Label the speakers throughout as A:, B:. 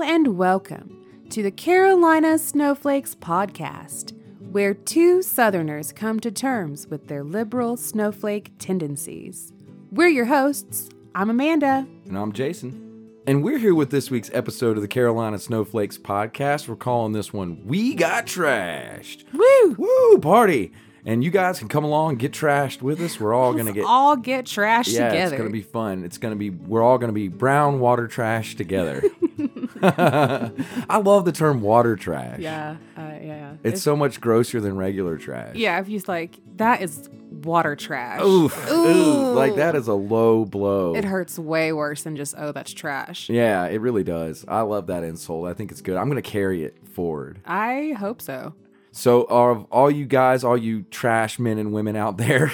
A: welcome to the Carolina Snowflakes Podcast, where two Southerners come to terms with their liberal snowflake tendencies. We're your hosts. I'm Amanda.
B: And I'm Jason. And we're here with this week's episode of the Carolina Snowflakes podcast. We're calling this one We Got Trashed.
A: Woo!
B: Woo, party! And you guys can come along and get trashed with us. We're all going to get.
A: All get trashed
B: yeah,
A: together.
B: it's going to be fun. It's going to be, we're all going to be brown water trash together. I love the term water trash.
A: Yeah, uh, yeah, yeah.
B: It's so much grosser than regular trash.
A: yeah, if you like, that is water trash.
B: Oof. Ooh.
A: Ooh.
B: Like that is a low blow.
A: It hurts way worse than just, oh, that's trash.
B: yeah, it really does. I love that insult. I think it's good. I'm going to carry it forward.
A: I hope so.
B: So, of all you guys, all you trash men and women out there,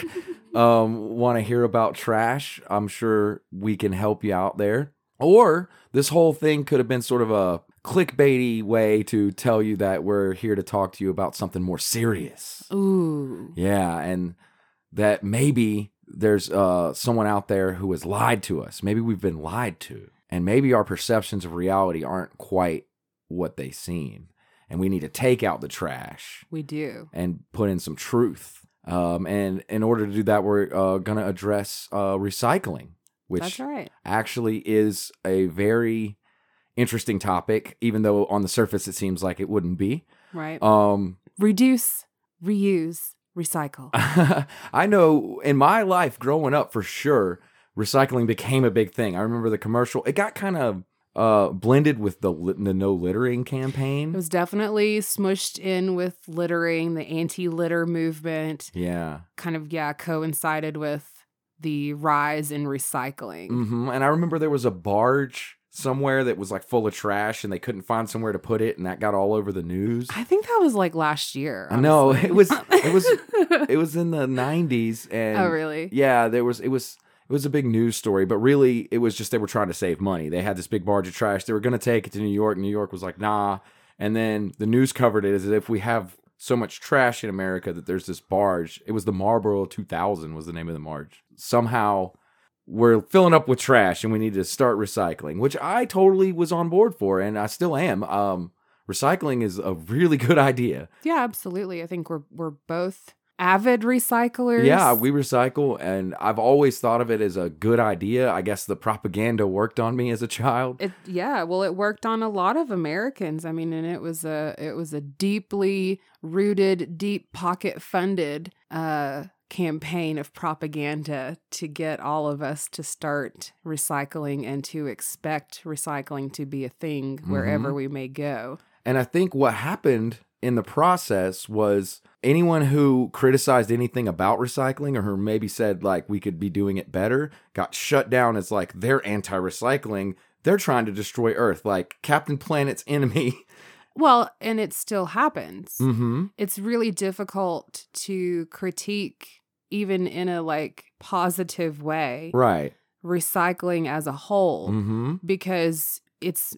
B: um, want to hear about trash? I'm sure we can help you out there. Or this whole thing could have been sort of a clickbaity way to tell you that we're here to talk to you about something more serious.
A: Ooh.
B: Yeah, and that maybe there's uh, someone out there who has lied to us. Maybe we've been lied to, and maybe our perceptions of reality aren't quite what they seem. And we need to take out the trash
A: We do.
B: and put in some truth. Um, and in order to do that, we're uh, going to address uh, recycling, which
A: That's right.
B: actually is a very interesting topic, even though on the surface it seems like it wouldn't be.
A: Right.
B: Um,
A: Reduce, reuse,
B: Uh-huh.
A: recycle.
B: I know in my life growing up for sure, recycling became a big thing. I remember the commercial. It got kind of uh, blended with the, lit- the no littering
A: It
B: campaign.
A: was definitely smushed in with littering, the anti litter movement
B: yeah.
A: kind of, yeah, coincided with the rise in recycling.
B: hmm And I remember there was a barge somewhere that was like full of trash and they couldn't find somewhere to put it. And that got all over the news.
A: I think that was like last year.
B: I know,
A: honestly.
B: it was- it was- It was in the 90s. And
A: oh, really?
B: yeah, there was, it was. It was a big news story, but really it was just they were trying to save money. They had this big barge of trash. They were going to take it to New York. New York was like, nah. And then the news covered it as if we have so much trash in America that there's this barge. It was the Marlboro 2000 was the name of the barge. Somehow we're filling up with trash and we need to start recycling, which I totally was on board for and I still am. Um, recycling is a really good idea.
A: Yeah, absolutely. I think we're we're both avid recyclers.
B: Yeah, we recycle, and I've always thought of it as a good idea. I guess the propaganda worked on me as a child.
A: It, yeah, well, it worked on a lot of Americans. I mean, and it was a it was a deeply rooted, deep pocket funded uh, campaign of propaganda to get all of us to start recycling and to expect recycling to be a thing
B: Mm-hmm.
A: wherever we may go.
B: And I think what happened in the process was anyone who criticized anything about recycling or who maybe said, like, we could be doing it better got shut down as, like, they're anti recycling. They're trying to destroy Earth, like Captain Planet's enemy.
A: Well, and it still happens.
B: Mm hmm.
A: it's really difficult to critique even in a like positive way
B: Right.
A: recycling as a whole
B: Mm hmm.
A: because it's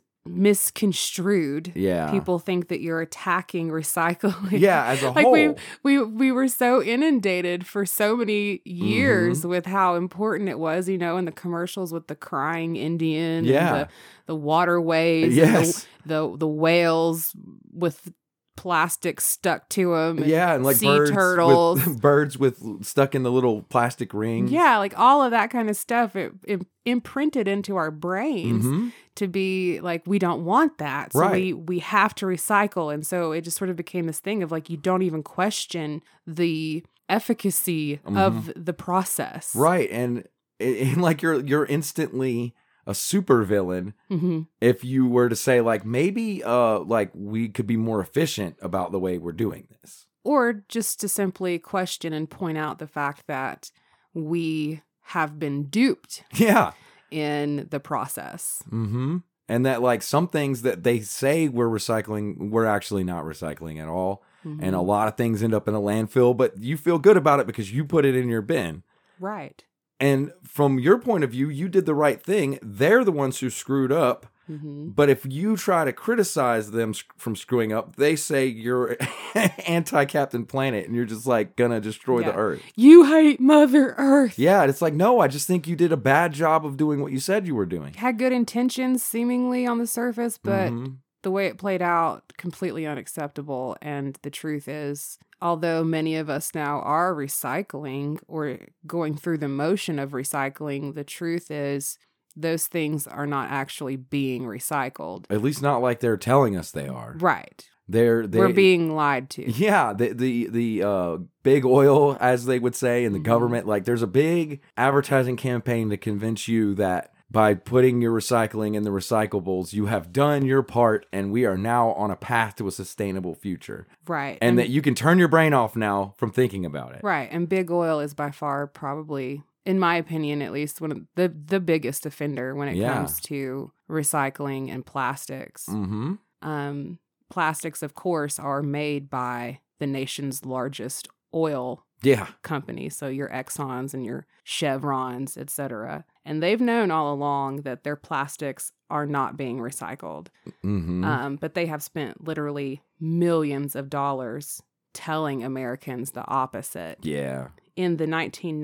A: misconstrued
B: Yeah.
A: people think that you're attacking recycling
B: Yeah, as a
A: like
B: whole.
A: we we we were so inundated for so many years
B: Mm-hmm.
A: with how important it was you know in the commercials with the crying indian
B: Yeah.
A: and the, the waterways and the-
B: yes.
A: the the whales with plastic stuck to them.
B: yeah, and like
A: sea
B: birds
A: turtles.
B: with, birds with stuck in the little plastic rings.
A: yeah, like all of that kind of stuff. It, it imprinted into our brains
B: Mhm.
A: to be like we don't want that, so
B: Right.
A: we we have to recycle. And so it just sort of became this thing of like you don't even question the efficacy of the process.
B: right? And, and like you're you're instantly a supervillain
A: hmm
B: if you were to say like maybe uh like we could be more efficient about the way we're doing this.
A: Or just to simply question and point out the fact that we have been duped
B: Yeah.
A: in the process.
B: Mm-hmm. And that like some things that they say we're recycling, we're actually not recycling at all. And a
A: Mhm.
B: lot of things end up in a landfill, but you feel good about it because you put it in your bin.
A: right.
B: And from your point of view, you did the right thing. They're the ones who screwed up.
A: hmm
B: But if you try to criticize them sc- from screwing up, they say you're anti Captain Planet and you're just like gonna destroy the
A: Yeah.
B: Earth.
A: You hate Mother Earth.
B: Yeah, and it's like, no, I just think you did a bad job of doing what you said you were doing.
A: Had good intentions, seemingly on the surface, but
B: Mhm.
A: the way it played out completely unacceptable and the truth is although many of us now are recycling or going through the motion of recycling the truth is those things are not actually being recycled
B: At least not like they're telling us they are.
A: right
B: They're they
A: we're being lied to
B: Yeah, the the the uh, big oil, as they would say, and the
A: Mhm.
B: government. Like, there's a big advertising campaign to convince you that by putting your recycling in the recyclables, you have done your part, and we are now on a path to a sustainable future,
A: right
B: and that you can turn your brain off now from thinking about it.
A: Right, and big oil is by far probably in my opinion at least one of the the biggest offender when it
B: Yeah.
A: comes to recycling and plastics.
B: Mm-hmm.
A: Um plastics of course are made by the nation's largest oil
B: Yeah.
A: company, so your Exxons and your Chevrons, etc. And they've known all along that their plastics are not being recycled.
B: Mm-hmm.
A: Um, but they have spent literally millions of dollars telling Americans the opposite
B: yeah.
A: in the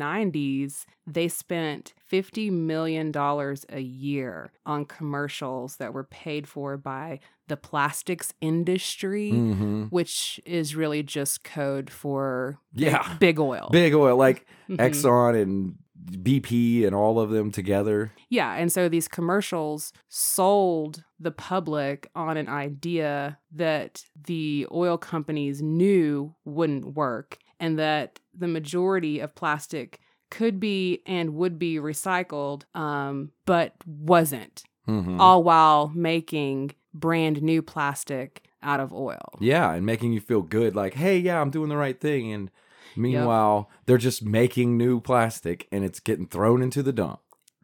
A: 1990s, they spent $50 million a year on commercials that were paid for by the plastics industry,
B: Mm-hmm.
A: which is really just code for
B: Yeah.
A: big oil.
B: Big oil, like
A: Mhm.
B: Exxon and BP and all of them together.
A: Yeah. And so these commercials sold the public on an idea that the oil companies knew wouldn't work and that the majority of plastic could be and would be recycled, um, but wasn't,
B: Mm-hmm.
A: all while making brand new plastic out of oil.
B: Yeah, and making you feel good, like, hey, yeah, I'm doing the right thing. And meanwhile, they're just making new plastic and it's getting thrown into the dump.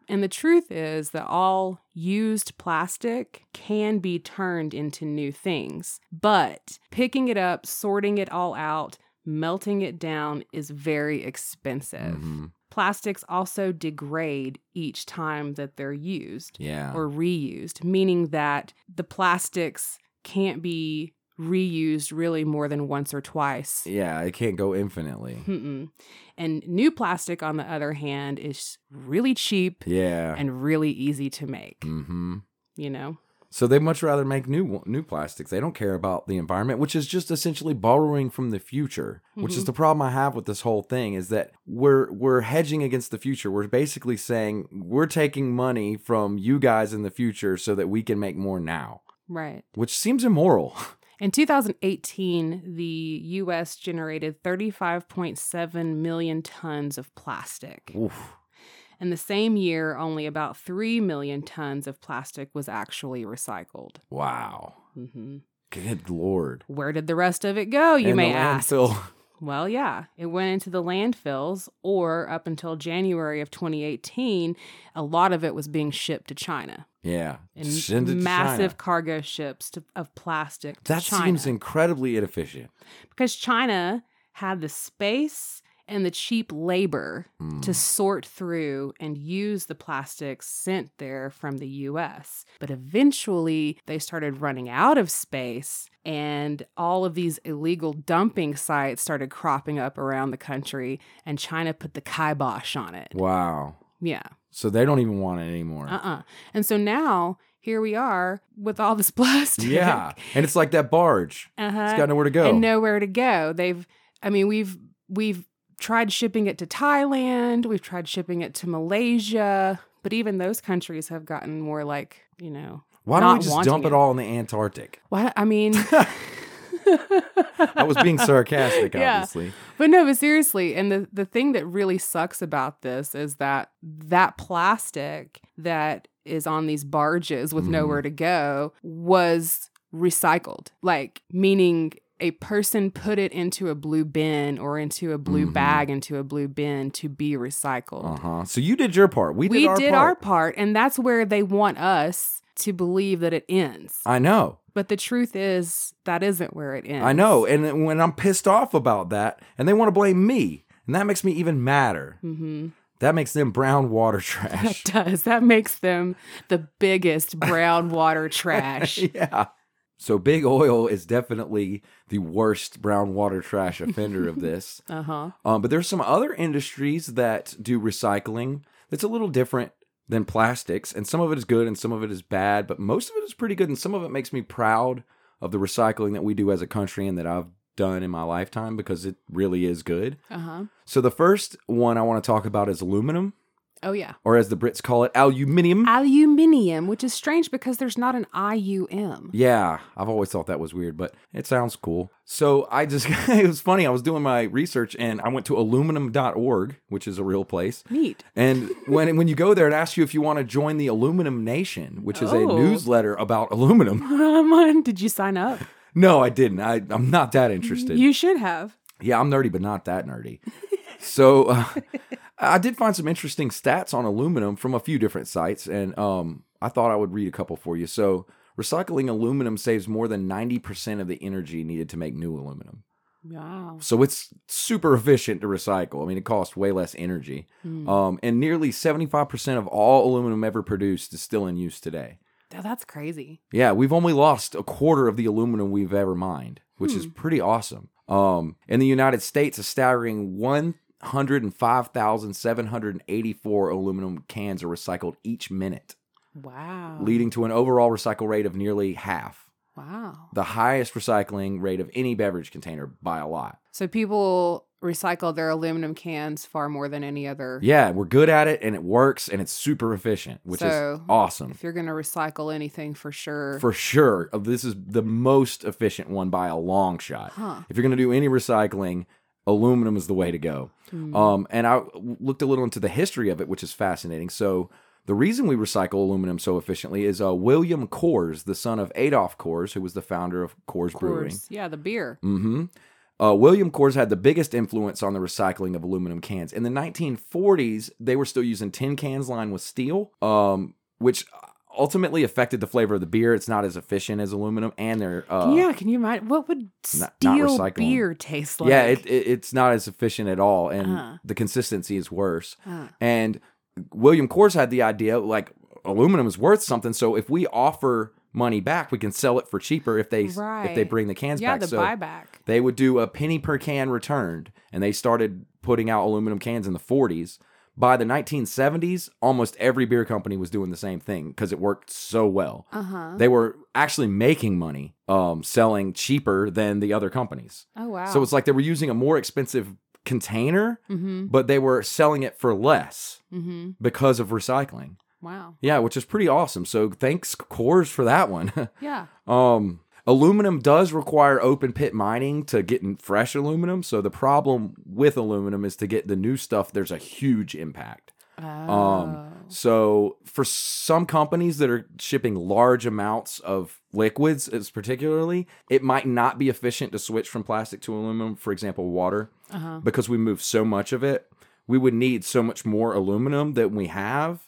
A: And the truth is that all used plastic can be turned into new things, but picking it up, sorting it all out, melting it down is very expensive.
B: Mhm.
A: Plastics also degrade each time that they're used
B: Yeah.
A: or reused, meaning that the plastics can't be reused really more than once or twice.
B: yeah, it can't go infinitely.
A: Mm-mm. And new plastic, on the other hand, is really cheap
B: yeah.
A: and really easy to make,
B: hmm
A: you know?
B: So they much rather make new new plastics. They don't care about the environment, which is just essentially borrowing from the future, which is
A: Mm-hmm.
B: the problem I have with this whole thing is that we're we're hedging against the future. We're basically saying we're taking money from you guys in the future so that we can make more now,
A: Right.
B: which seems immoral.
A: In 2018, the US generated 35.7 million tons of plastic.
B: Oof.
A: And the same year, only about 3 million tons of plastic was actually recycled.
B: Wow.
A: hmm
B: Good lord.
A: Where did the rest of it go, Oh, you
B: And
A: may
B: the
A: ask?
B: landfill-
A: Well, yeah, it went into the landfills, or up until January of 2018, a lot of it was being shipped to China
B: Yeah.
A: in
B: Send it to
A: massive
B: China.
A: cargo ships to, of plastic. To
B: That
A: China.
B: seems incredibly inefficient.
A: because China had the space and the cheap labor
B: Mm.
A: to sort through and use the plastics sent there from the US. But eventually they started running out of space and all of these illegal dumping sites started cropping up around the country and China put the kibosh on it.
B: Wow.
A: Yeah.
B: So they don't even want it anymore.
A: Uh-uh. And so now here we are with all this plastic.
B: Yeah. And it's like that barge.
A: Uh-huh
B: It's got nowhere to go.
A: and nowhere to go. They've I mean we've we've tried shipping it to Thailand, we've tried shipping it to Malaysia, but even those countries have gotten more like, you know,
B: Why don't
A: not
B: we just
A: wanting
B: dump it
A: it.
B: all in the Antarctic?
A: what I mean
B: I was being sarcastic,
A: Yeah.
B: obviously.
A: But no, but seriously, and the the thing that really sucks about this is that that plastic that is on these barges with
B: Mhm.
A: nowhere to go was recycled. Like meaning a person put it into a blue bin or into a blue
B: Mhm.
A: bag into a blue bin to be recycled.
B: Uh huh. So you did your part. We did
A: We
B: our
A: did
B: part.
A: our part and that's where they want us to believe that it ends.
B: I know.
A: but the truth is that isn't where it ends.
B: I know. And then when I'm pissed off about that, and they want to blame me, and that makes me even madder.
A: Mhm.
B: That makes them brown water
A: That
B: trash.
A: does. That makes them the biggest brown water trash.
B: yeah. So big oil is definitely the worst brown water trash offender of this.
A: Uh huh.
B: Um, but there's some other industries that do recycling that's a little different than plastics, and some of it is good and some of it is bad, but most of it is pretty good, and some of it makes me proud of the recycling that we do as a country and that I've done in my lifetime because it really is good.
A: Uh huh.
B: So the first one I want to talk about is aluminum,
A: Oh yeah.
B: or as the Brits call it, aluminium.
A: Aluminium, which is strange because there's not an I U M.
B: Yeah, I've always thought that was weird, but it sounds cool. So I just, it was funny. I was doing my research and I went to aluminum.org, which is a real place.
A: Neat.
B: And when when you go there, it asks you if you want to join the Aluminum Nation, which is a
A: Oh.
B: newsletter about aluminum.
A: Mine, Did you sign up?
B: No, I didn't. I, I'm not that interested.
A: You should have.
B: yeah, I'm nerdy, but not that nerdy. so uh, I did find some interesting stats on aluminum from a few different sites, and um, I thought I would read a couple for you. So recycling aluminum saves more than 90% of the energy needed to make new aluminum.
A: Wow.
B: So it's super efficient to recycle. I mean, it costs way less energy.
A: Hmm.
B: Um, and nearly 75% of all aluminum ever produced is still in use today.
A: Th- That's crazy.
B: Yeah, we've only lost a quarter of the aluminum we've ever mined, which is
A: Hmm.
B: pretty awesome. Um, in the United States, a staggering 105,784 aluminum cans are recycled each minute,
A: Wow.
B: leading to an overall recycle rate of nearly half,
A: Wow.
B: the highest recycling rate of any beverage container by a lot.
A: So people recycle their aluminum cans far more than any other.
B: Yeah, we're good at it and it works and it's super efficient, which is
A: So,
B: awesome.
A: If you're going to recycle anything for sure.
B: For sure. Uh, This is the most efficient one by a long shot.
A: huh.
B: If you're going to do any recycling, aluminum is the way to go.
A: Hmm.
B: Um, and I w- looked a little into the history of it, which is fascinating. So, the reason we recycle aluminum so efficiently is uh, William Coors, the son of Adolph Coors, who was the founder of Coors,
A: Of
B: Brewing.
A: course. Yeah, the beer.
B: Mm-hmm. Uh, William Coors had the biggest influence on the recycling of aluminum cans. In the 1940s, they were still using tin cans lined with steel, um, which ultimately affected the flavor of the beer. It's not as efficient as aluminum, and they're uh,
A: yeah, can you imagine? What would
B: not
A: steel
B: recycling.
A: beer taste like?
B: yeah, it, it, it's not as efficient at all, and
A: Uh-huh.
B: the consistency is worse.
A: Uh,
B: And William Coors had the idea like aluminum is worth something, so if we offer money back, we can sell it for cheaper if they if they
A: Right.
B: bring the cans
A: yeah,
B: back.
A: the
B: so,
A: buyback.
B: they would do a penny per can returned and they started putting out aluminum cans in the 40s by the 1970s almost every beer company was doing the same thing because it worked so well
A: Uh huh.
B: they were actually making money um, selling cheaper than the other companies
A: Oh wow.
B: so it's like they were using a more expensive container
A: Mm-hmm.
B: but they were selling it for less
A: Mm-hmm.
B: because of recycling
A: Wow.
B: yeah which is pretty awesome so thanks coors for that one
A: Yeah.
B: Um, aluminum does require open pit mining to get in fresh aluminum. So the problem with aluminum is to get the new stuff, there's a huge impact.
A: Oh.
B: So for some companies that are shipping large amounts of liquids, as particularly, it might not be efficient to switch from plastic to aluminum, for example, water,
A: Uh huh.
B: because we move so much of it. We would need so much more aluminum than we have.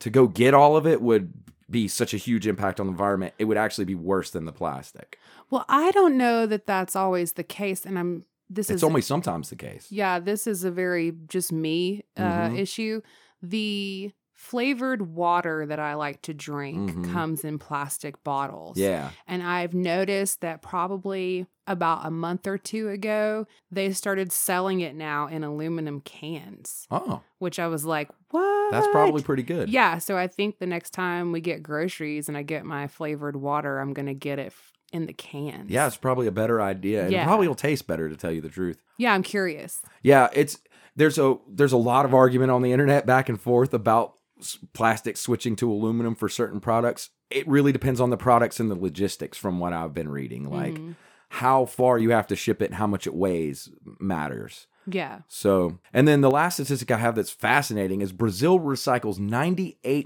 B: To go get all of it would be such a huge impact on the environment. It would actually be worse than the plastic.
A: Well, I don't know that that's always the case, and I'm. This
B: it's
A: is
B: only sometimes the case.
A: yeah. This is a very just me uh,
B: Mhm.
A: issue. The flavored water that I like to drink
B: Mhm.
A: comes in plastic bottles.
B: Yeah.
A: And I've noticed that probably about a month or two ago, they started selling it now in aluminum cans,
B: Oh,
A: which I was like, what?
B: that's probably pretty good.
A: Yeah. So I think the next time we get groceries and I get my flavored water, I'm going to get it f- in the cans.
B: Yeah, it's probably a better idea. And
A: Yeah.
B: It probably will taste better to tell you the truth.
A: Yeah. I'm curious.
B: Yeah, it's there's a there's a lot of argument on the internet back and forth about s- plastic switching to aluminum for certain products. It really depends on the products and the logistics from what I've been reading. Like
A: Mhm.
B: how far you have to ship it and how much it weighs matters.
A: yeah.
B: So, and then the last statistic I have that's fascinating is Brazil recycles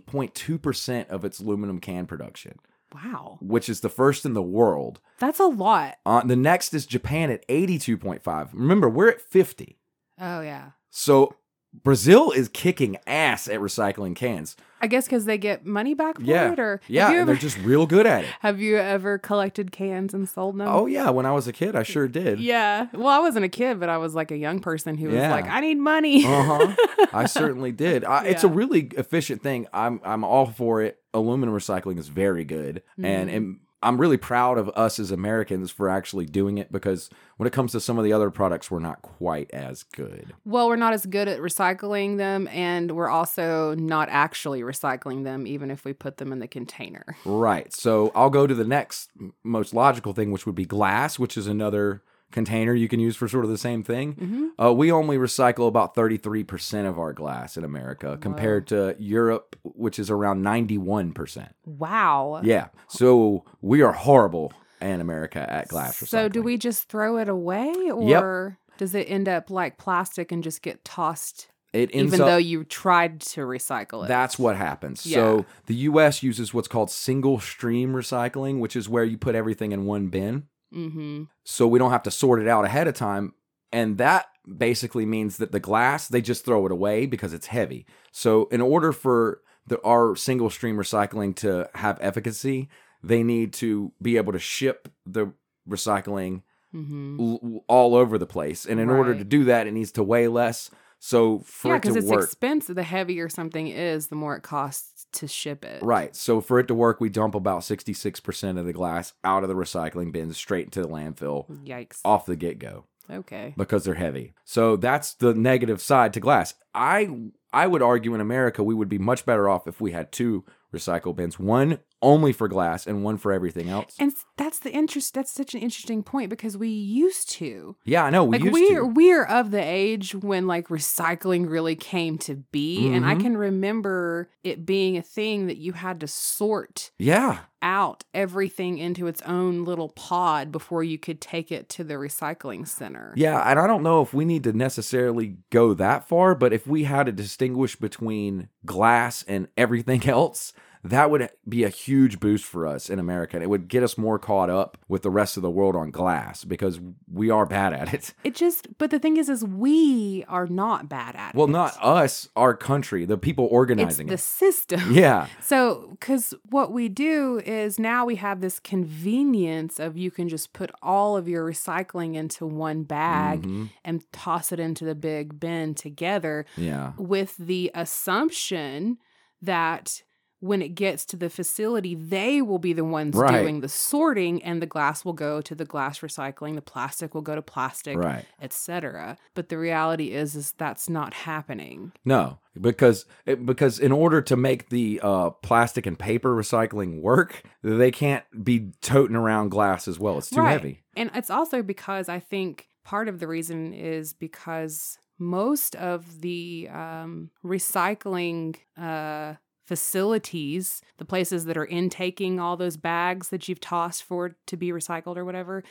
B: 98.2% of its aluminum can production.
A: Wow.
B: which is the first in the world.
A: That's a lot.
B: Uh, the next is Japan at 82.5. Remember, we're at 50.
A: Oh, yeah.
B: So Brazil is kicking ass at recycling cans.
A: I guess because they get money back for
B: Yeah.
A: it. Or have
B: Yeah,
A: you
B: and they're
A: ever, Um,
B: just real good at it.
A: have you ever collected cans and sold them?
B: Oh, yeah. When I was a kid, I sure did.
A: Yeah. Well, I wasn't a kid, but I was like a young person who was
B: Yeah.
A: like, I need money.
B: Uh-huh. I certainly did. I, It's a
A: Yeah. Mm-hmm.
B: really efficient thing. I'm I'm all for it. Aluminum recycling is very good, and, and I'm really proud of us as Americans for actually doing it because when it comes to some of the other products, we're not quite as good.
A: Well, we're not as good at recycling them, and we're also not actually recycling them, even if we put them in the container.
B: Right. So I'll go to the next m- most logical thing, which would be glass, which is another container you can use for sort of the same thing.
A: Mhm.
B: Uh, we only recycle about 33% of our glass in America compared to Europe, which is around 91%.
A: Wow.
B: Yeah. So we are horrible in America at glass recycling.
A: So do we just throw it away, or does it end up like plastic and just get tossed,
B: It ends
A: even
B: up-
A: though you tried to recycle it?
B: That's what happens. So the US uses what's called single stream recycling, which is where you put everything in one bin.
A: hmm
B: So we don't have to sort it out ahead of time. And that basically means that the glass, they just throw it away because it's heavy. So in order for the, our single stream recycling to have efficacy, they need to be able to ship the recycling
A: hmm
B: l- all over the place. And in order
A: Right.
B: to do that, it needs to weigh less. So for
A: Yeah,
B: it to
A: because it's
B: work,
A: expensive. The heavier something is, the more it costs to ship it.
B: Right. So for it to work, we dump about 66% of the glass out of the recycling bins straight into the landfill
A: Yikes.
B: off the get go
A: Okay.
B: because they're heavy. So that's the negative side to glass. I I would argue in America we would be much better off if we had two recycle bins, one only for glass and one for everything else.
A: And s- that's the interest. That's such an interesting point because we used to.
B: yeah, I know. We
A: like
B: used
A: we're
B: to.
A: we're of the age when like recycling really came to be and i
B: Mhm.
A: can remember it being a thing that you had to sort
B: Yeah.
A: out everything into its own little pod before you could take it to the recycling center
B: Yeah, and I don't know if we need to necessarily go that far, but if we had to distinguish between glass and everything else, that would be a huge boost for us in America. And it would get us more caught up with the rest of the world on glass because we are bad at it.
A: it just but the thing is is we are not bad at
B: Well,
A: it
B: not us, our country, the people
A: it's
B: organizing
A: the system
B: it. Yeah.
A: So, because what we do is now we have this convenience of you can just put all of your recycling into one bag
B: Mhm.
A: and toss it into the big bin together
B: Yeah.
A: with the assumption that when it gets to the facility, they will be the ones
B: Right.
A: doing the sorting and the glass will go to the glass recycling, the plastic will go to plastic,
B: Right.
A: etc. But the reality is is that's not happening.
B: No, because it- because in order to make the uh, plastic and paper recycling work, they can't be toting around glass as well. It's too
A: Right.
B: heavy.
A: And it's also because I think part of the reason is because most of the um, recycling uh, facilities, the places that are intaking all those bags that you've tossed for to be recycled or whatever,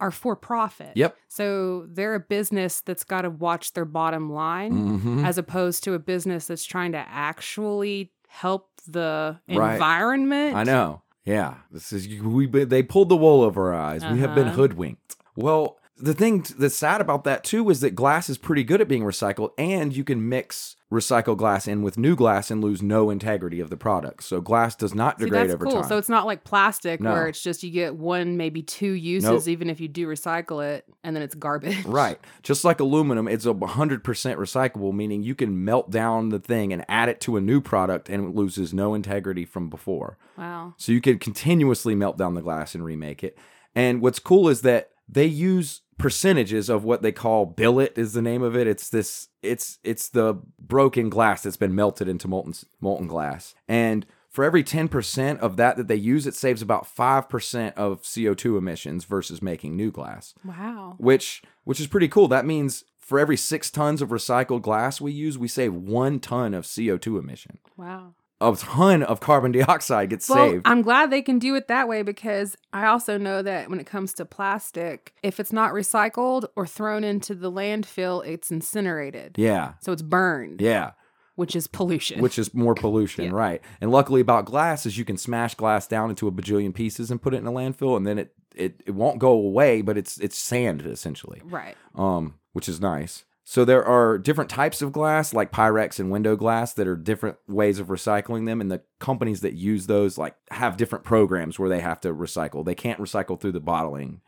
A: are for profit.
B: Yep.
A: So they're a business that's got to watch their bottom line
B: Mm-hmm.
A: as opposed to a business that's trying to actually help the
B: Right.
A: environment.
B: I know. Yeah, this is we. They pulled the wool over our eyes. We have been
A: Uh-huh.
B: hoodwinked. Well, the thing t- that's sad about that too is that glass is pretty good at being recycled, and you can mix recycled glass in with new glass and lose no integrity of the product. So glass does not
A: See,
B: degrade
A: that's
B: over
A: cool.
B: time.
A: So it's not like plastic
B: No.
A: where it's just you get one, maybe two uses,
B: Nope.
A: even if you do recycle it, and then it's garbage.
B: Right. Just like aluminum, it's a 100% recyclable, meaning you can melt down the thing and add it to a new product and it loses no integrity from before.
A: Wow.
B: So you can continuously melt down the glass and remake it. And what's cool is that they use percentages of what they call billet is the name of it. It's this it's it's the broken glass that's been melted into molten molten glass. And for every 10% of that that they use, it saves about 5% of CO2 emissions versus making new glass
A: Wow.
B: which which is pretty cool. That means for every six tons of recycled glass we use, we save one ton of CO two emission.
A: Wow.
B: A ton of carbon dioxide gets
A: Well,
B: saved.
A: I'm glad they can do it that way because I also know that when it comes to plastic, if it's not recycled or thrown into the landfill, it's incinerated.
B: yeah,
A: So it's burned,
B: yeah.
A: which is pollution.
B: Which is more pollution,
A: Yeah.
B: right? And luckily about glass is you can smash glass down into a bajillion pieces and put it in a landfill, and then it it, it won't go away, but it's it's sand essentially.
A: right.
B: um, which is nice. So there are different types of glass, like Pyrex and window glass, that are different ways of recycling them, and the companies that use those like have different programs where they have to recycle. They can't recycle through the bottling.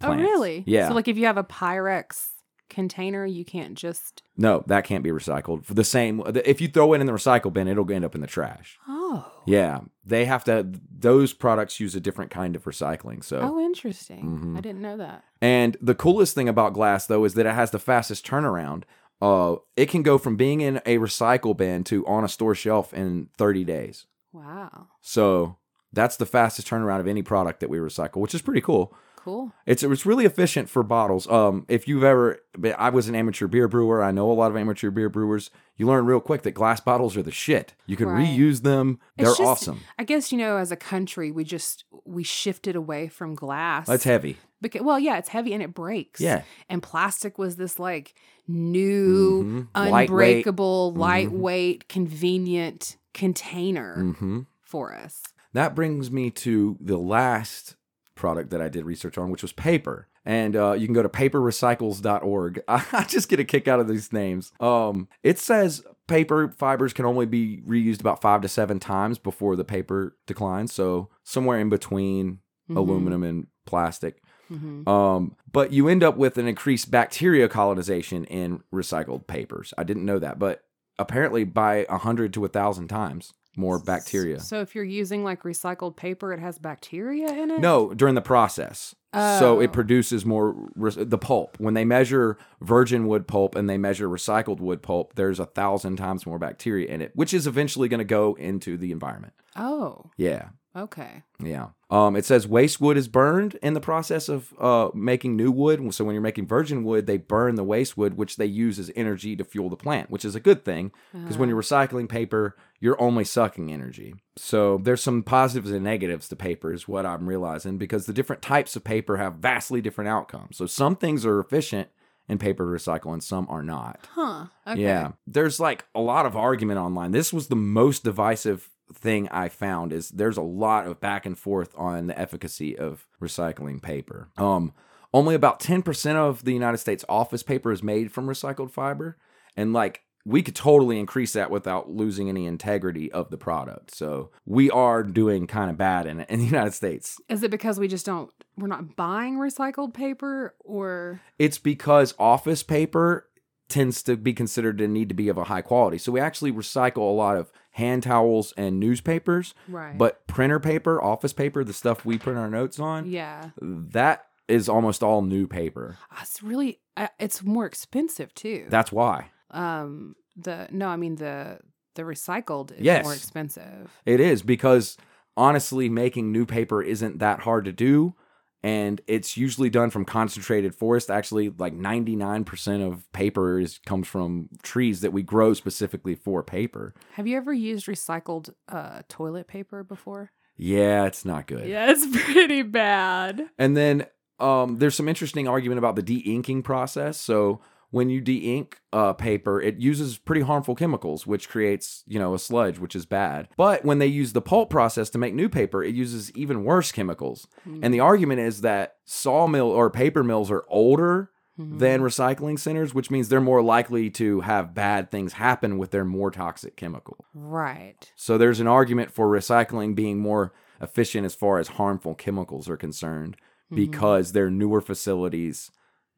A: Oh,
B: plants.
A: really?
B: Yeah.
A: So, like, if you have a Pyrex container. You can't just
B: No, that can't be recycled. For the same, if you throw it in the recycle bin, it'll end up in the trash.
A: oh
B: Yeah, they have to. Those products use a different kind of recycling. So
A: oh interesting.
B: Mhm.
A: I didn't know that.
B: And the coolest thing about glass, though, is that it has the fastest turnaround. Uh, it can go from being in a recycle bin to on a store shelf in 30 days.
A: Wow,
B: So that's the fastest turnaround of any product that we recycle, which is pretty cool.
A: cool.
B: It's it's really efficient for bottles. Um, if you've ever, but I was an amateur beer brewer. I know a lot of amateur beer brewers. You learn real quick that glass bottles are the shit. You can
A: Right.
B: reuse them. They're
A: It's just-
B: awesome.
A: I guess you know, as a country, we just we shifted away from glass.
B: That's heavy.
A: because well, yeah, it's heavy and it breaks.
B: Yeah.
A: and plastic was this like new.
B: Mhm. Lightweight.
A: unbreakable,
B: Mhm.
A: lightweight, convenient container
B: Mhm.
A: for us.
B: That brings me to the last product that I did research on, which was paper. And uh, you can go to paperrecycles.org. I just get a kick out of these names. Um, it says paper fibers can only be reused about five to seven times before the paper declines. So somewhere in between
A: Mm-hmm.
B: aluminum and plastic.
A: Mhm.
B: Um, but you end up with an increased bacteria colonization in recycled papers. I didn't know that, but apparently by a hundred to a thousand times more bacteria.
A: So if you're using like recycled paper, it has bacteria in it.
B: No, during the process. So
A: Oh.
B: it produces more re- the pulp. When they measure virgin wood pulp and they measure recycled wood pulp, there's a thousand times more bacteria in it, which is eventually going to go into the environment.
A: Oh,
B: Yeah,
A: okay.
B: yeah. Um, it says waste wood is burned in the process of uh, making new wood. So when you're making virgin wood, they burn the waste wood, which they use as energy to fuel the plant, which is a good thing because when you're recycling paper, you're only sucking energy. So there's some positives and negatives to paper, is what I'm realizing, because the different types of paper have vastly different outcomes. So some things are efficient in paper recycle and some are not.
A: huh? Okay.
B: Yeah. There's like a lot of argument online. This was the most divisive thing I found is there's a lot of back and forth on the efficacy of recycling paper. Um only about 10% of the United States office paper is made from recycled fiber and like we could totally increase that without losing any integrity of the product. So we are doing kind of bad in in the United States.
A: Is it because we just don't we're not buying recycled paper or
B: It's because office paper tends to be considered to need to be of a high quality. So we actually recycle a lot of hand towels and newspapers,
A: right?
B: but printer paper, office paper, the stuff we print our notes on,
A: yeah,
B: that is almost all new paper.
A: it's really uh, it's more expensive too.
B: That's why.
A: um the no, I mean the the recycled is
B: Yes.
A: more expensive.
B: It is because honestly making new paper isn't that hard to do and it's usually done from concentrated forest actually like 99% of paper is comes from trees that we grow specifically for paper.
A: Have you ever used recycled uh, toilet paper before?
B: Yeah, it's not good.
A: Yeah, it's pretty bad.
B: And then um, there's some interesting argument about the de-inking process. So when you de-ink uh, paper, it uses pretty harmful chemicals, which creates you know a sludge, which is bad. But when they use the pulp process to make new paper, it uses even worse chemicals. And the argument is that sawmill or paper mills are older than recycling centers, which means they're more likely to have bad things happen with their more toxic chemical.
A: right.
B: So there's an argument for recycling being more efficient as far as harmful chemicals are concerned because they're newer facilities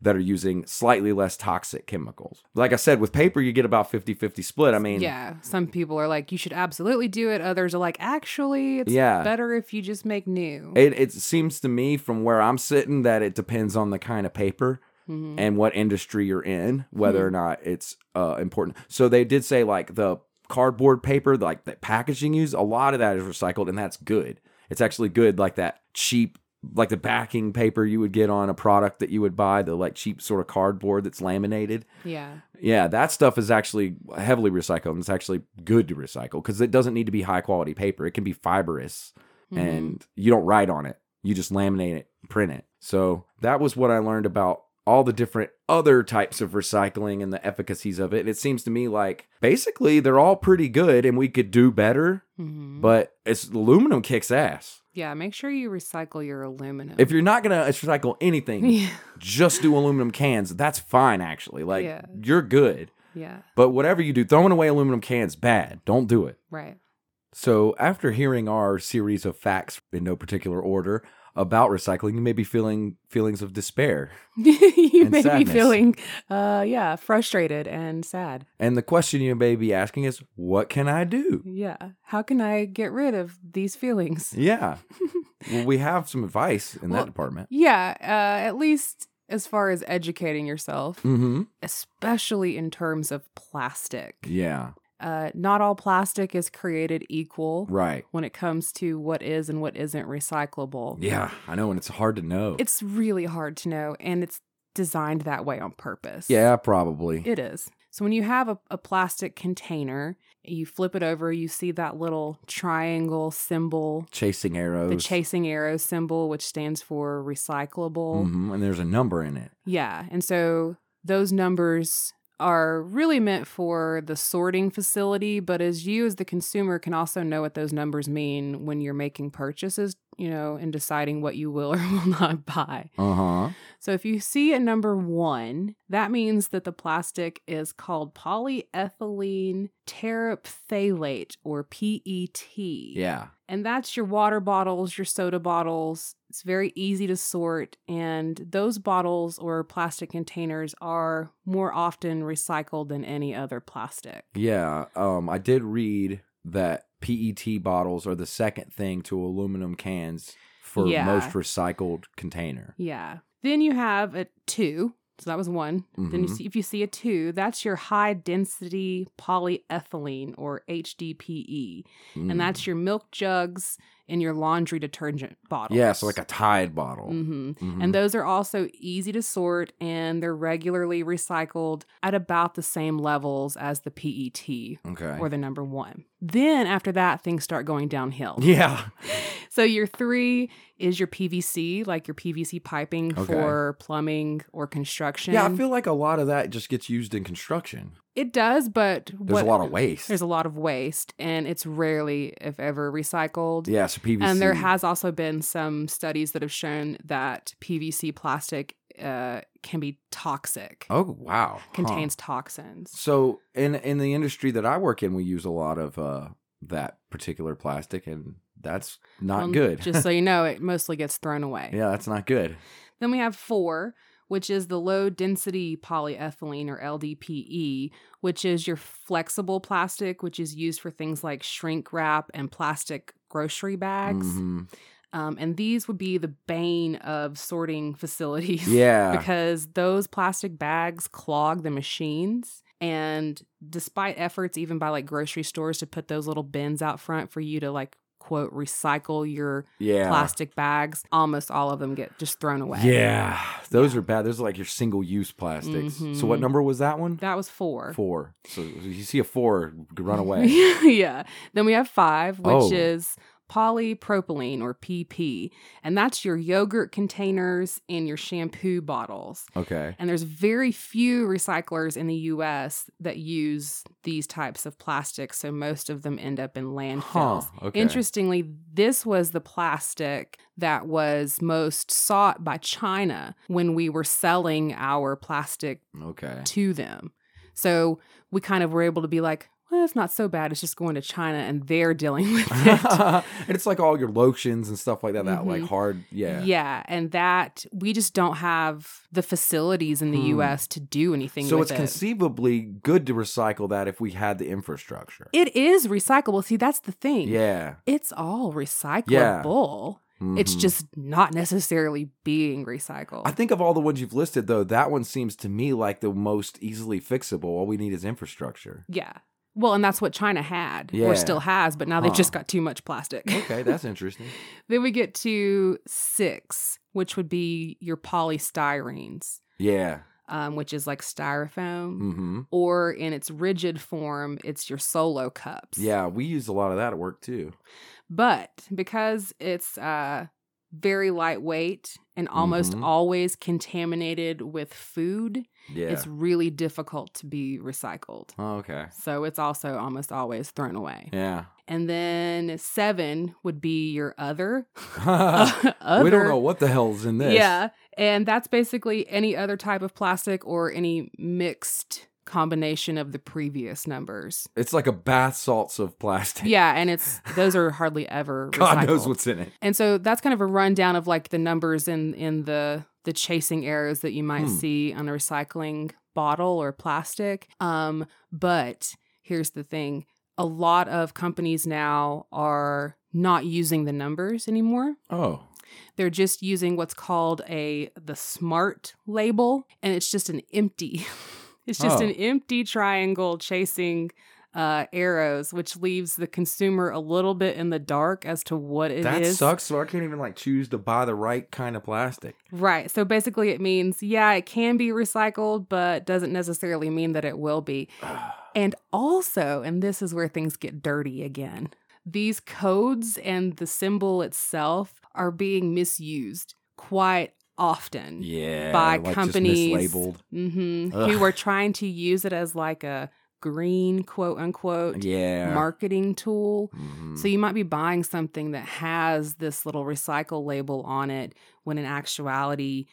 B: that are using slightly less toxic chemicals. Like I said, with paper, you get about 50 50 split. I mean,
A: yeah, some people are like, you should absolutely do it. Others are like, actually, it's
B: Yeah.
A: better if you just make new.
B: It, it seems to me from where I'm sitting that it depends on the kind of paper
A: Mhm.
B: and what industry you're in, whether or not it's uh, important. So they did say like the cardboard paper, like the packaging used, a lot of that is recycled, and that's good. It's actually good, like that cheap, like the backing paper you would get on a product that you would buy, the like cheap sort of cardboard that's laminated.
A: Yeah.
B: Yeah, that stuff is actually heavily recycled, and it's actually good to recycle because it doesn't need to be high quality paper. It can be fibrous
A: Mm-hmm.
B: and you don't write on it. You just laminate it, print it. So that was what I learned about all the different other types of recycling and the efficacies of it. And it seems to me like basically they're all pretty good and we could do better,
A: Mhm.
B: but it's aluminum kicks ass.
A: yeah, make sure you recycle your aluminum.
B: If you're not going to recycle anything,
A: yeah.
B: just do aluminum cans. That's fine actually. Like
A: Yeah.
B: you're good.
A: yeah,
B: But whatever you do, throwing away aluminum cans bad. Don't do it.
A: right.
B: So, after hearing our series of facts in no particular order, about recycling, you may be feeling feelings of despair.
A: you
B: And
A: may be
B: sadness.
A: feeling, uh, yeah, frustrated and sad.
B: And the question you may be asking is, what can I do?
A: Yeah. How can I get rid of these feelings?
B: Yeah. well, we have some advice in
A: Well-
B: that department.
A: Yeah. Uh, at least as far as educating yourself,
B: Mm-hmm.
A: especially in terms of plastic.
B: Yeah.
A: Uh, not all plastic is created equal
B: Right.
A: when it comes to what is and what isn't recyclable.
B: Yeah. I know, and it's hard to know.
A: It's really hard to know, and it's designed that way on purpose.
B: yeah, probably.
A: It is. So when you have a, a plastic container, you flip it over, you see that little triangle symbol,
B: Chasing arrows.
A: the chasing arrow symbol, which stands for recyclable.
B: Mhm, And there's a number in it.
A: Yeah. And so those numbers are really meant for the sorting facility, but as you as the consumer can also know what those numbers mean when you're making purchases, you know, and deciding what you will or will not buy.
B: Uh huh.
A: So if you see a number one, that means that the plastic is called polyethylene terephthalate or PET.
B: Yeah.
A: And that's your water bottles, your soda bottles. It's very easy to sort. And those bottles or plastic containers are more often recycled than any other plastic.
B: Yeah. Um, I did read that PET bottles are the second thing to aluminum cans for
A: Yeah.
B: most recycled container.
A: Yeah. Then you have a two. So that was one. Then you
B: Mhm.
A: see, if you see a two, that's your high density polyethylene or HDPE.
B: Mm.
A: And that's your milk jugs and your laundry detergent bottles.
B: mm-hmm. yeah, so like a Tide bottle.
A: hmm
B: Mhm.
A: And those are also easy to sort and they're regularly recycled at about the same levels as the PET
B: okay.
A: or the number one. Then after that, things start going downhill.
B: yeah.
A: So your three is your PVC, like your PVC piping
B: Okay.
A: for plumbing or construction.
B: Yeah, I feel like a lot of that just gets used in construction.
A: it does, but
B: There's a lot of waste.
A: There's a lot of waste and it's rarely, if ever, recycled.
B: yeah, so PVC.
A: And Um, there has also been some studies that have shown that PVC plastic uh, can be toxic,
B: Oh, wow. Huh.
A: contains toxins.
B: So, in in the industry that I work in, we use a lot of uh that particular plastic and that's not
A: Um,
B: good.
A: just so you know, it mostly gets thrown away.
B: yeah, that's not good.
A: Then we have four, which is the low density polyethylene or LDPE, E, which is your flexible plastic, which is used for things like shrink wrap and plastic grocery bags.
B: Mhm.
A: Um, and these would be the bane of sorting facilities.
B: Yeah.
A: because those plastic bags clog the machines. And despite efforts, even by like grocery stores, to put those little bins out front for you to like quote recycle your
B: yeah.
A: plastic bags, almost all of them get just thrown away.
B: Yeah, those are bad. Those are like your single use plastics. So what
A: Mhm.
B: number was that one?
A: That was four.
B: Four. So if you see a four, run away.
A: yeah. Then we have five, which
B: Oh.
A: is polypropylene or PP. And that's your yogurt containers and your shampoo bottles.
B: okay.
A: And there's very few recyclers in the US that use these types of plastics, so most of them end up in landfills.
B: Huh, Okay.
A: Interestingly, this was the plastic that was most sought by China when we were selling our plastic
B: Okay.
A: to them. So we kind of were able to be like, well, it's not so bad. It's just going to China and they're dealing with it.
B: and it's like all your lotions and stuff like that. That like
A: Mhm.
B: hard. Yeah.
A: And that we just don't have the facilities in the
B: Hmm.
A: US to do anything
B: So
A: with
B: it's
A: it.
B: conceivably good to recycle that if we had the infrastructure.
A: It is recyclable. See, that's the thing.
B: yeah.
A: It's all recyclable. It's
B: Mhm.
A: just not necessarily being recycled.
B: I think of all the ones you've listed, though, that one seems to me like the most easily fixable. All we need is infrastructure.
A: yeah. Well, and that's what China had
B: Yeah.
A: or still has, but now
B: Huh.
A: they've just got too much plastic.
B: Okay, that's interesting.
A: then we get to six, which would be your polystyrenes,
B: Yeah.
A: um, which is like styrofoam,
B: Mm-hmm.
A: or in its rigid form, it's your solo cups.
B: Yeah, we use a lot of that at work too.
A: But because it's uh, very lightweight and almost
B: Mhm.
A: always contaminated with food,
B: Yeah.
A: it's really difficult to be recycled.
B: Oh, okay.
A: So it's also almost always thrown away.
B: Yeah.
A: And then seven would be your other.
B: we don't
A: Other-
B: know what the hell's in this.
A: Yeah. And that's basically any other type of plastic or any mixed combination of the previous numbers.
B: It's like a bath salts of plastic.
A: Yeah, and it's those are hardly ever.
B: God knows
A: recycled.
B: what's in it.
A: And so that's kind of a rundown of like the numbers in in the the chasing arrows that you might
B: Hmm.
A: see on a recycling bottle or plastic. Um, but here's the thing: a lot of companies now are not using the numbers anymore.
B: Oh.
A: They're just using what's called a the smart label, and it's just an empty. it's just
B: Oh.
A: an empty triangle chasing uh arrows which leaves the consumer a little bit in the dark as to what it is.
B: that sucks. So I can't even like choose to buy the right kind of plastic.
A: Right. So basically, it means, yeah, it can be recycled, but doesn't necessarily mean that it will be. And also, and this is where things get dirty again, these codes and the symbol itself are being misused quite often.
B: yeah.
A: by
B: like just
A: companies.
B: mislabeled.
A: hmm
B: Ugh.
A: Who were trying to use it as like a green, quote unquote,
B: Yeah.
A: marketing tool.
B: Mhm.
A: So you might be buying something that has this little recycle label on it when in actuality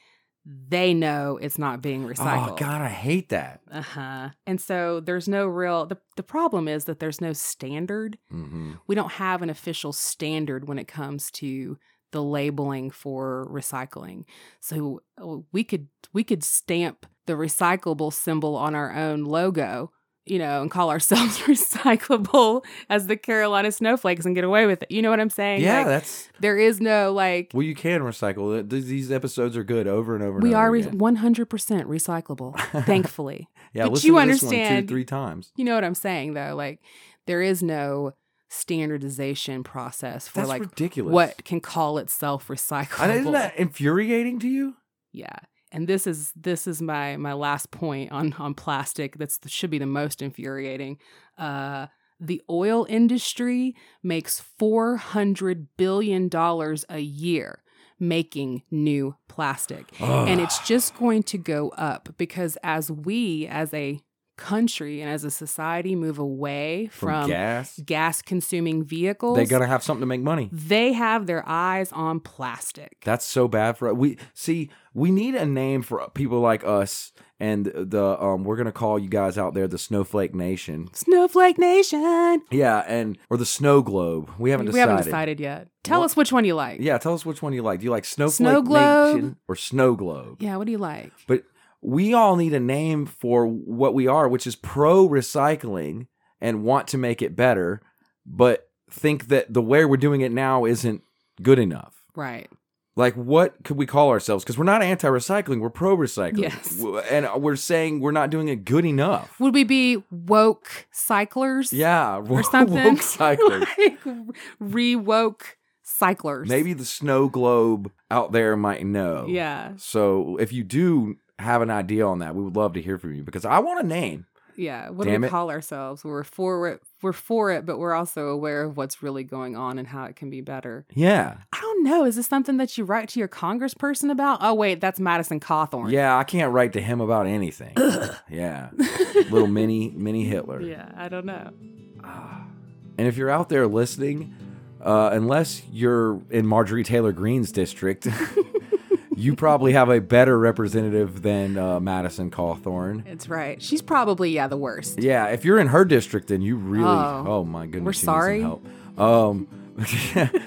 A: they know it's not being recycled.
B: Oh God, I hate that.
A: Uh-huh. And so there's no real the, the problem is that there's no standard.
B: Mm-hmm.
A: We don't have an official standard when it comes to the labeling for recycling. So uh, we could we could stamp the recyclable symbol on our own logo, you know, and call ourselves recyclable as the Carolina Snowflakes and get away with it. You know what I'm saying?
B: Yeah,
A: Like,
B: that's
A: there is no like
B: well. You can recycle. it. Th- These episodes are good over and over. And
A: we
B: over
A: are re-
B: again.
A: 100% recyclable, thankfully.
B: yeah,
A: but
B: listen
A: you
B: to this one
A: understand-
B: two, three times.
A: You know what I'm saying though? Like there is no standardization process for
B: That's
A: like
B: ridiculous.
A: what can call itself recyclable.
B: And isn't that infuriating to you?
A: Yeah. And this is this is my my last point on on plastic. That's should be the most infuriating. Uh, the oil industry makes four hundred billion dollars a year making new plastic, and it's just going to go up because as we as a country and as a society move away
B: from,
A: from,
B: gas.
A: gas consuming vehicles,
B: They gotta have something to make money.
A: they have their eyes on plastic.
B: That's so bad for we see we need a name for people like us and the um we're gonna call you guys out there the Snowflake Nation.
A: Snowflake Nation.
B: Yeah, and or the Snow Globe. We haven't
A: we
B: decided.
A: haven't decided yet. Tell
B: What-
A: us which one you like.
B: Yeah, tell us which one you like. Do you like Snowflake
A: Snow Globe?
B: Nation or Snow Globe?
A: Yeah, what do you like?
B: But we all need a name for what we are, which is pro recycling and want to make it better, but think that the way we're doing it now isn't good enough.
A: Right.
B: Like, what could we call ourselves? Because we're not anti recycling, we're pro recycling.
A: Yes.
B: W- And we're saying we're not doing it good enough.
A: Would we be woke cyclers?
B: Yeah.
A: Or something?
B: Woke cyclists.
A: like re woke cyclers.
B: Maybe the snow globe out there might know.
A: Yeah.
B: So if you do have an idea on that, we would love to hear from you because I want a name.
A: Yeah. What do
B: Damn
A: we
B: it.
A: call ourselves? We're for it. We're for it, but we're also aware of what's really going on and how it can be better.
B: Yeah.
A: I don't know. Is this something that you write to your congressperson about? Oh, wait, that's Madison Cawthorn.
B: Yeah, I can't write to him about anything. Yeah. Little mini mini Hitler.
A: yeah, I don't know.
B: Ah. And if you're out there listening, uh, unless you're in Marjorie Taylor Greene's district, you probably have a better representative than uh, Madison Cawthorn.
A: It's right. She's probably, yeah, the worst.
B: Yeah, if you're in her district, then you really.
A: Oh.
B: Oh, my goodness.
A: We're
B: she needs some
A: sorry.
B: help. Um,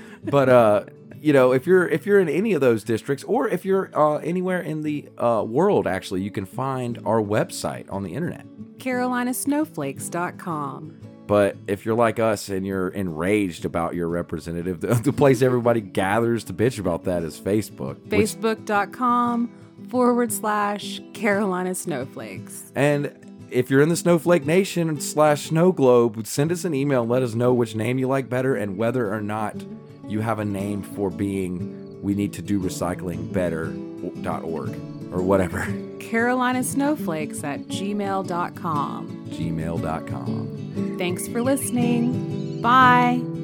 B: but uh, you know, if you're if you're in any of those districts, or if you're uh, anywhere in the uh, world, actually, you can find our website on the internet.
A: CarolinaSnowflakes.com.
B: But if you're like us and you're enraged about your representative, the, the place everybody gathers to bitch about that is Facebook. which-
A: facebook.com forward slash Carolina Snowflakes.
B: and if you're in the Snowflake Nation slash Snow Globe, send us an email. Let us know which name you like better and whether or not you have a name for being we need to do recycling better.org or whatever.
A: Carolina Snowflakes at gmail.com.
B: Gmail.com.
A: Thanks for listening. Bye.